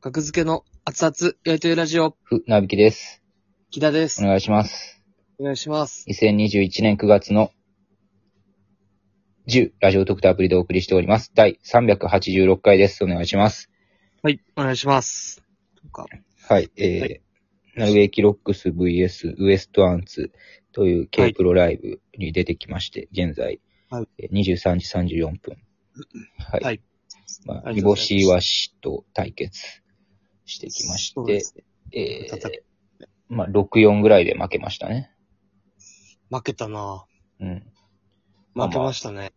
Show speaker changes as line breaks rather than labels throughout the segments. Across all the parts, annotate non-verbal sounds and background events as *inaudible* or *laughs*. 格付けの熱々やりとりラジオ、
ふ、なびきです。
木田で
お
す。
願いします。
お願いします。
2021年9月の10、ラジオ特アプリでお送りしております。第386回です。お願いします。
はい、お願いします。なんか
はい、えー、ナウエキロックス VS ウエストアンツという K プロライブに出てきまして、現在、
はい
えー23時34分。はい。
はい
まあ、
あ
煮
りがとうございま
干
す
しわしと対決してきまし
そう
て
で、すね
えー
戦い
まあ、6-4ぐらいで負けましたね。
負けたな
うん。まあ
負けましたね。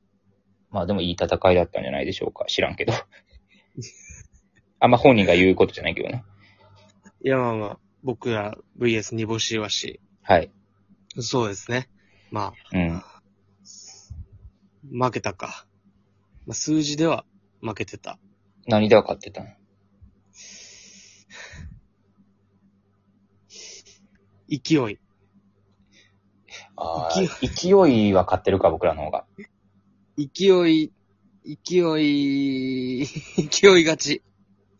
まあでもいい戦いだったんじゃないでしょうか。知らんけど。 *laughs* あんま本人が言うことじゃないけどね。
いや、まあまあ、僕ら VS 煮干しわし。
はい。
そうですね。ま
うん。
あ、負けたか。まあ、数字では負けてた。
何では勝ってたの
勢い。
あー勢いは勝ってるか、僕らの方が。
勢い、勢い、勢いがち。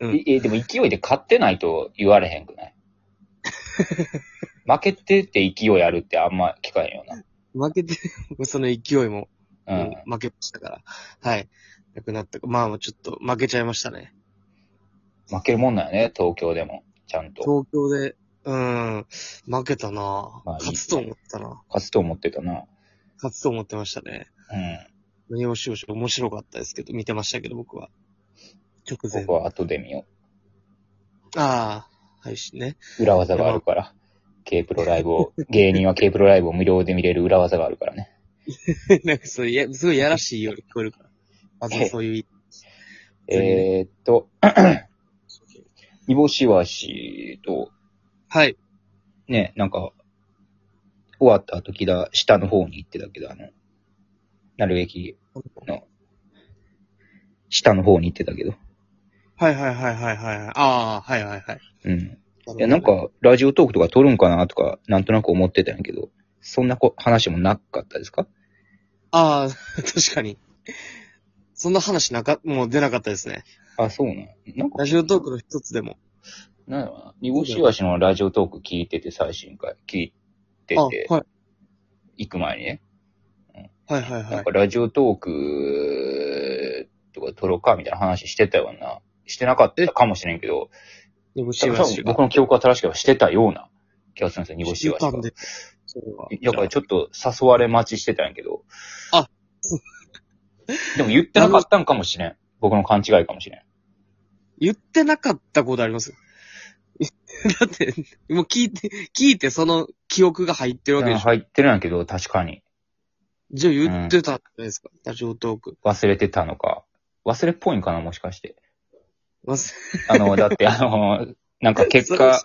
うん
いえ、でも勢いで勝ってないと言われへんくない *laughs* 負けてて勢いあるってあんま聞かへんよ
負けて、 *laughs* その勢いも、
な。うん。
負けましたから。はい。なくなった。まあ、ちょっと負けちゃいましたね。
負けるもんなんよね、東京でも。ちゃんと。
東京で、うん、負けたな、
まあいい
勝つと思ったな。
勝つと思ってたな。
勝つと思ってましたね。
うん。
何をしようし面白かったですけど、見てましたけど、僕は。直前
僕。は後で見よ
ああ、配信ね。 *laughs*
う。裏技があるから。K プロライブを、芸人は K プロライブを無料で見れる裏技があるからね。
なんかそういや、すごいやらしいように聞こえるから。あそうそういう、
えーっと、煮干しわしと、
はい。
ね、なんか、終わった時だ、下の方に行ってたけど、あの、なるべきの、下の方に行ってたけど。
はいはいはいはいはい。ああ、はいはいはい。
うん。
い
いや、なん、か、ラジオトークとか撮るんかなとか、なんとなく思ってたんやけど、そんなこ話もなかったですか
ああ、確かに。そんな話なか、もう出なかったですね。
あ、そうなん。なんか
ラ、ジオトークの一つでも。
なんやろな煮干しわしのラジオトーク聞いてて、最新回聞いて
あ、はい。
て、
はい
行く前にね。
はいはい
なんかラジオトークとか撮ろうかみたいな話してたような。してなかったかもしれんけど、
煮干し
多
わ
分
しが
僕。の記憶は正しければしてたような気がするんですよ、煮干し
して
わしたが
ん。で。それは
だからちょっと誘われ待ちしてたんやけど。
あ
*laughs* でも言ってなかったんかもしれん。僕の勘違いかもしれん。
言ってなかったことあります *laughs* だって、もう聞いて、聞いてその記憶が入ってるわけ
うん
でしょ。
入ってるんやけど、確かに。
じゃあ言ってたんじゃないですか、ラジオトーク。
忘れてたのか。忘れっぽいんかな、もしかして。
忘
あの、だってあの、なんか
れ *laughs*
結果、。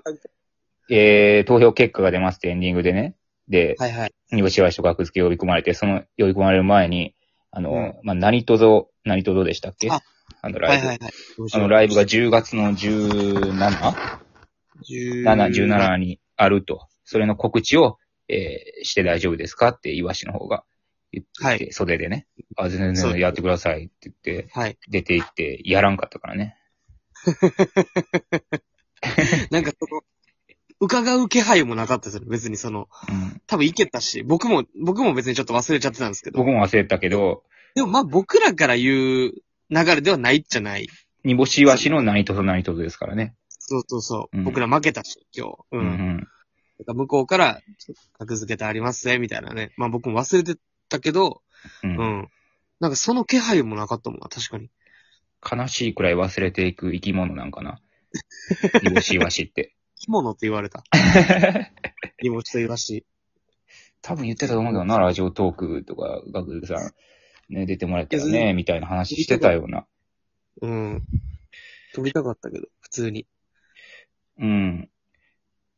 えー、投票結果が出ますってエンディングでね。で、
はいはい。
煮干しわしと学付け呼び込まれて、その呼び込まれる前に、あの、
うん
まあ、何とぞ、何とぞでしたっけ
あ
あのラ
は
イ
い
ブ。
はいはい。
あのライブが10月の 17?7、
17
17にあると。それの告知を、えーして大丈夫ですかって、いわしの方が言って、
はい
袖でね。あ、全
そう
然
です
やってくださいって言って、
はい。
出て行って、やらんかったからね。
なんかその、伺う気配もなかったですよね。別にその、
うん、
多分いけたし、僕も、僕も別にちょっと忘れちゃってたんですけど。
僕も忘れたけど、
でもまあ僕らから言う流れではないじゃない。
煮干しわしの何とぞ何とぞですからね。
そうそうそう。
うん
僕ら負けたし、今日。
うん、うん。
なんか向こうから、格付けてありますね、みたいなね。まあ僕も忘れてたけど、
う
うんん。なんかその気配もなかったもんな、確かに。
悲しいくらい忘れていく生き物なん
*laughs*
かな。煮干しイワシって。
着物って言われた。煮干しとイワシ。
多分言ってたと思うけどな、ラジオトークとか、学部さん、ね、出てもらったらね、みたいな話してたような。
うん。撮りたかったけど、普通に。
うん。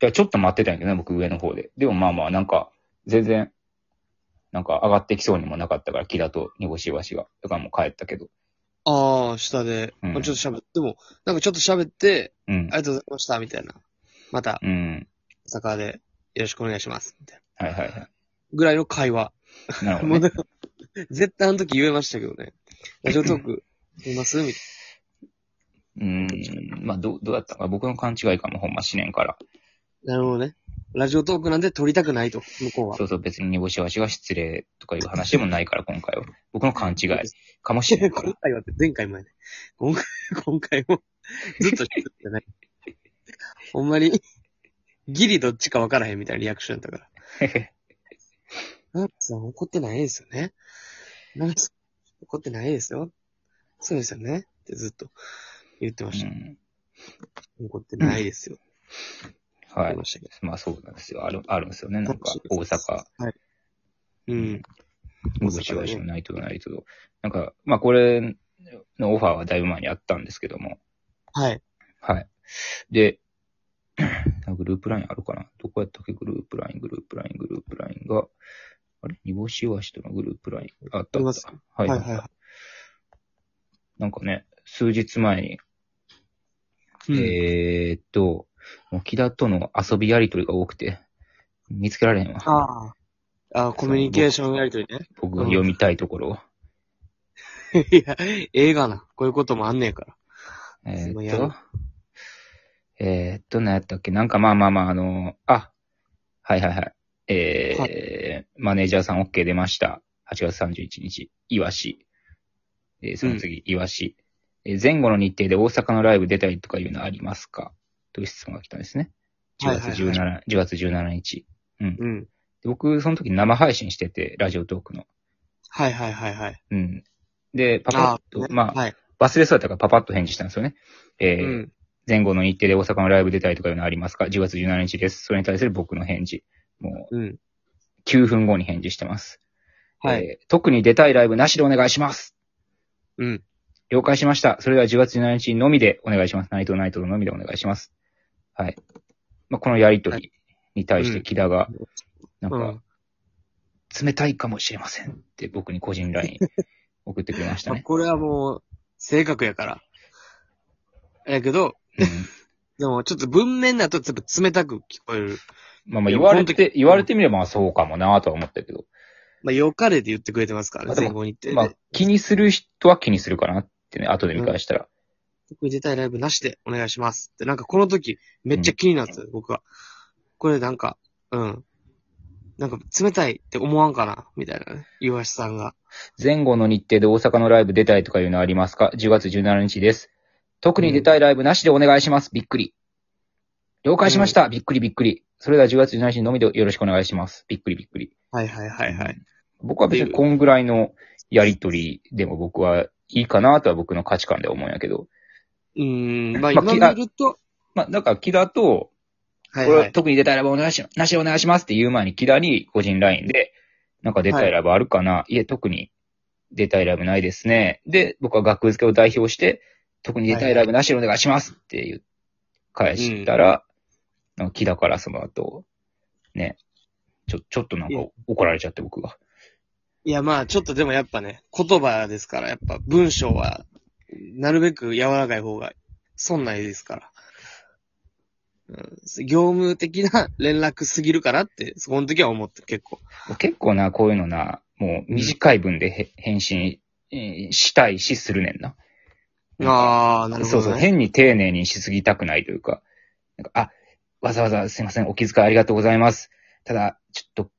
いや、ちょっと待ってたんやけどね、僕上の方で。でもまあまあ、なんか、全然、なんか上がってきそうにもなかったから、木田と煮干しイワシが。だからもう帰ったけど。
ああ、下で、
うん
まあちょっと喋っても、なんかちょっと喋って、
うん
あ。りがとうございました、みたいな。また、
うん。
大阪でよろしくお願いします、みたいな。
はいはいは
ぐらいの会話。
い。なる
*laughs*
ほ
も
ど、
う
ね。
なんか、絶対あの時 *laughs* 言えましたけどね。ラジオトーク、いますみたいな。
うん。まあ、どう、どうだったのか。僕の勘違いかも、ほんま、思念から。
なるほどね。ラジオトークなんで撮りたくないと、向こうは。
そうそう、別に煮干しわしが失礼とかいう話でもないから、今回は。僕の勘違いかも
*laughs*
しれんから
今。回はって前回もやね。今回、 *laughs* 今回も、ずっとしてたね。ほんまに、ギリどっちか分からへんみたいなリアクションだったから。なんかさん怒ってないですよね。なんかさん怒ってないですよ。そうですよね。ってずっと言ってました。怒ってないですよ。
うん、は
言っ
い
てま。したけ
まあそうなんですよ。ある、あるんですよね。なんか、大
面白
阪、
ど。うん。
むしわしのナイトナイトと。なんか、まあこれのオファーはだいぶ前にあったんですけども。
はい。
はい。で、 *clears throat* グループラインあるかなどこやったっけグループライン、グループライン、グループラインが、あれ煮干しわしとのグループライン。あっ
あり
たあ
ま
っ
す
た。はい
は
はいい
はい
は。
はい
なんかね、数日前に、
うん
えーっと、もう木田との遊びやりとりが多くて、見つけられへんわ。
ああ。ああ、コミュニケーションやりとりね。 *laughs*
僕が読みたいところを。
いや、映画な。こういうこともあんねえから。
え
ごい
ー
や
っ
ろ
と、えーっと、何やったっけなんかまあまあまあ、あの、あ、はいはいはい。えー
は
マネージャーさん OK 出ました。8月31日、イワシ。えーその次、イワシ。えー前後の日程で大阪のライブ出たりとかいうのありますかという質問が来たんですね。
は
10
いはい
月
はい
17、10月17日。
うん。
で僕、その時生配信してて、ラジオトークの。
はいはいはいはい。
うん。で、パパッと、まあ、
はい。
忘れそうだったからパパッと返事したんですよね。えー
うん。
前後の日程で大阪のライブ出たりとかいうのありますか ?10 月17日です。それに対する僕の返事。も
うん。
う9分後に返事してます。
はい。
えー特に出たいライブなしでお願いします。
うん。
了解しました。それでは10月17日のみでお願いします。ナイトナイトのみでお願いします。はい。まあ、このやりとりに対し
はいう
て
ん
木田が、なん
う
か
ん、
冷たいかもしれませんって僕に個人
*laughs*
LINE 送ってくれました
まあ
ね。
これはもう、性格やから。やけど、
うん、
でもちょっと文面だとちょっと冷たく聞こえる。
まあまあ
いや
言われ
この
て、
時
言われてみればまあそうかもなとは思ったけど。
まあ、よかれで言ってくれてますから
ま
ね
あ、でも
前後に言って。
まあ気にする人は気にするかなってね、後で見返したら。
特に出たいライブなしでお願いします。って、なんかこの時、めっちゃ気になってた、僕は。これなんか、うん。なんか冷たいって思わんかなみたいなね。岩橋さんが。
前後の日程で大阪のライブ出たいとかいうのありますか ?10 月17日です。特に出たいライブなしでお願いします。びっくり。了解しました。びっくりびっくり。それでは10月17日のみでよろしくお願いします。びっくりびっくり。
はいはいはいはい。
僕は別にこんぐらいのやりとりでも僕はいいかなとは僕の価値観で思うんやけど。
うーん。まあ
まあ
今
気が
見ると、
まあ、だから木田と、
は
こ
い
れ
は。
はい特に出たいライブお願いし、なしでお願いしますって言う前に木田に個人 LINE で、なんか出たいライブあるかな、い、え、特に出たいライブないですね。で、僕は学付けを代表して、特に出たいライブなしでお願いしますって言う、返したら、なんか木田からその後、ね、ちょ、ちょっとなんか怒られちゃって僕が。
いやまあちょっとでもやっぱね、言葉ですから、やっぱ文章は、なるべく柔らかい方が損ないですから。うん、業務的な連絡すぎるかなって、そこの時は思って結構。
結構な、こういうのな、もう短い文でへ返信えーしたいしするねんな。
ああ、なるほど、
そ
ね。
うそう、変に丁寧にしすぎたくないというか、なんか、あ、わざわざすいません、お気遣いありがとうございます。ただ、ちょっと、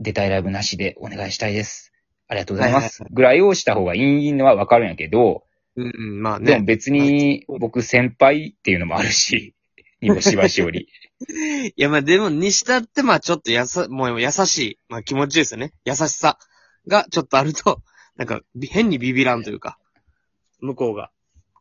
出たいライブなしでお願いしたいです。ありがとうございます。ぐらいをした方がいいのはわかるんやけど、
うんうん、まあ
でも
ね。
別に僕先輩っていうのもあるし、 *laughs* にもしばし
*laughs*
より。
いやまあでも、にしたってまあちょっとやさ、もう優しい、まあ気持ちいいですよね。優しさがちょっとあると、 *laughs* なんかび変にビビらんというか、向こうが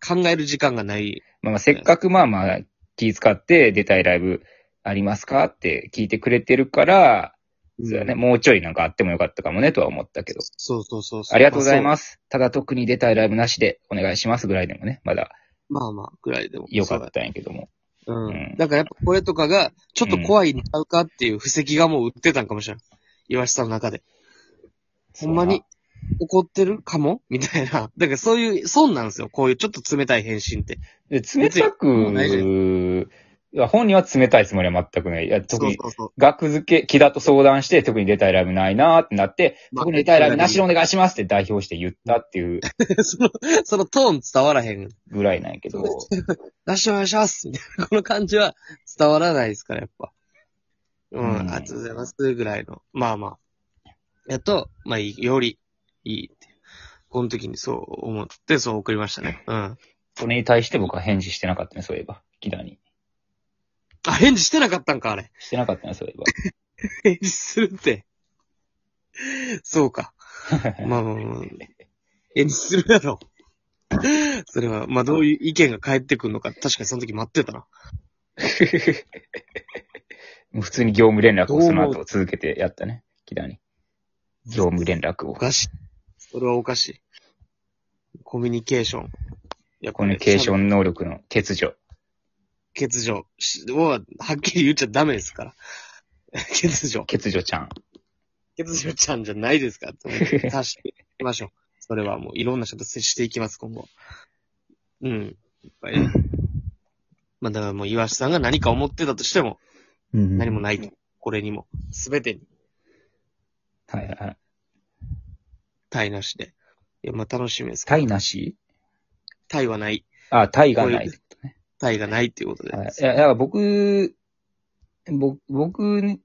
考える時間がない。
まあまあせっかくまあまあ気遣って出たいライブありますかって聞いてくれてるから、そうだね、もうちょいなんかあってもよかったかもねとは思ったけど。
そうそうそうそう。
ありがとうござい
す。
ます。ただ特に出たいライブなしでお願いしますぐらいでもね、まだ
まあまあ、ぐらいでも。
良かったんやけども。
そうだ。う
うんん。
だからやっぱこれとかが、ちょっと怖いんちゃうかっていう布石がもう売ってたんかもしれん。岩下の中で。ほんまに怒ってるかも *laughs* みたいな。だからそういう、損なんですよ。こういうちょっと冷たい返信って。
そうな。で冷た
もう大
く、いや本人は冷たいつもりは全くない。いや特
そう
に、
そうそう。
額付け、木田と相談して、特に出たいライブないなーってなって、特に出たいライブなしでお願いしますって代表して言ったっていう
*laughs* その、そのトーン伝わらへん。
ぐらいなんやけど、
出してお願いしますみたいな、この感じは伝わらないですから、やっぱ。うん、
うん
ありがとうございます、ぐらいの。まあまあ。やっと、まあ、いいより、いいって。この時にそう思って、そう送りましたね。うん。あ、
それに対して僕は返事してなかったね、そういえば。木田に。
返事してなかったんか、あれ。
してなかったね、そういえば。
返事するって。そうか。
*laughs*
まあまあまあ。返事するやろ。それは、まあどういう意見が返ってくるのか、確かにその時待ってたな。
もう普通に業務連絡をその
どう思
後続けてやったね、木田に。業務連絡
お
を。
かしい。それはおかしい。コミュニケーション。いや
コミュニケーショ
ン。
ン能力の欠如。
欠如しは、はっきり言っちゃダメですから。欠如。
欠如ちゃん。
欠如ちゃんじゃないですかって思って。足していきましょう。それはもういろんな人と接していきます、今後。うん。いっぱいね。まあだからもう岩橋さんが何か思ってたとしても、
うん
何もないと。これにも、すべてに、
はいはいはい。
体なしで。いや、まあ楽しみです。
タイなし
体はない。
あ、タイがない。
体がないっていうことで。
はい、いや、だから僕、ぼ僕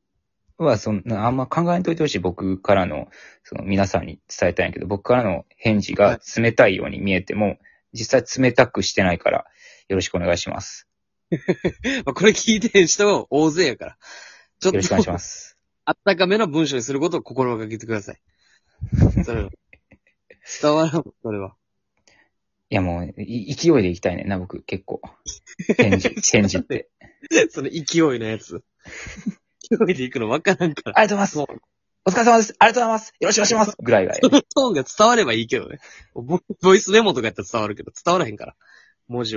はそんな、あんま考えんといてほしい。僕からの、その皆さんに伝えたいんやけど、僕からの返事が冷たいように見えても、実際冷たくしてないから、よろしくお願いします。
*laughs* まあ、これ聞いてる人は大勢やから。ちょ
よろ
っ
しくお願いし
と、
ます。
あったかめの文章にすることを心がけてください。それは。伝わらん、それは。
いや、もう、い勢いでいきたいねんな、僕、結構。返事、返事って。
*laughs* その勢いのやつ。 *laughs* 勢いで行くの分からんから。
ありがとうございます。お疲れ様です。ありがとうございます。よろしくお願いします。ぐらいがええ
そのトーンが伝わればいいけどね。ボボイスメモとかやったら伝わるけど、伝わらへんから。文字は。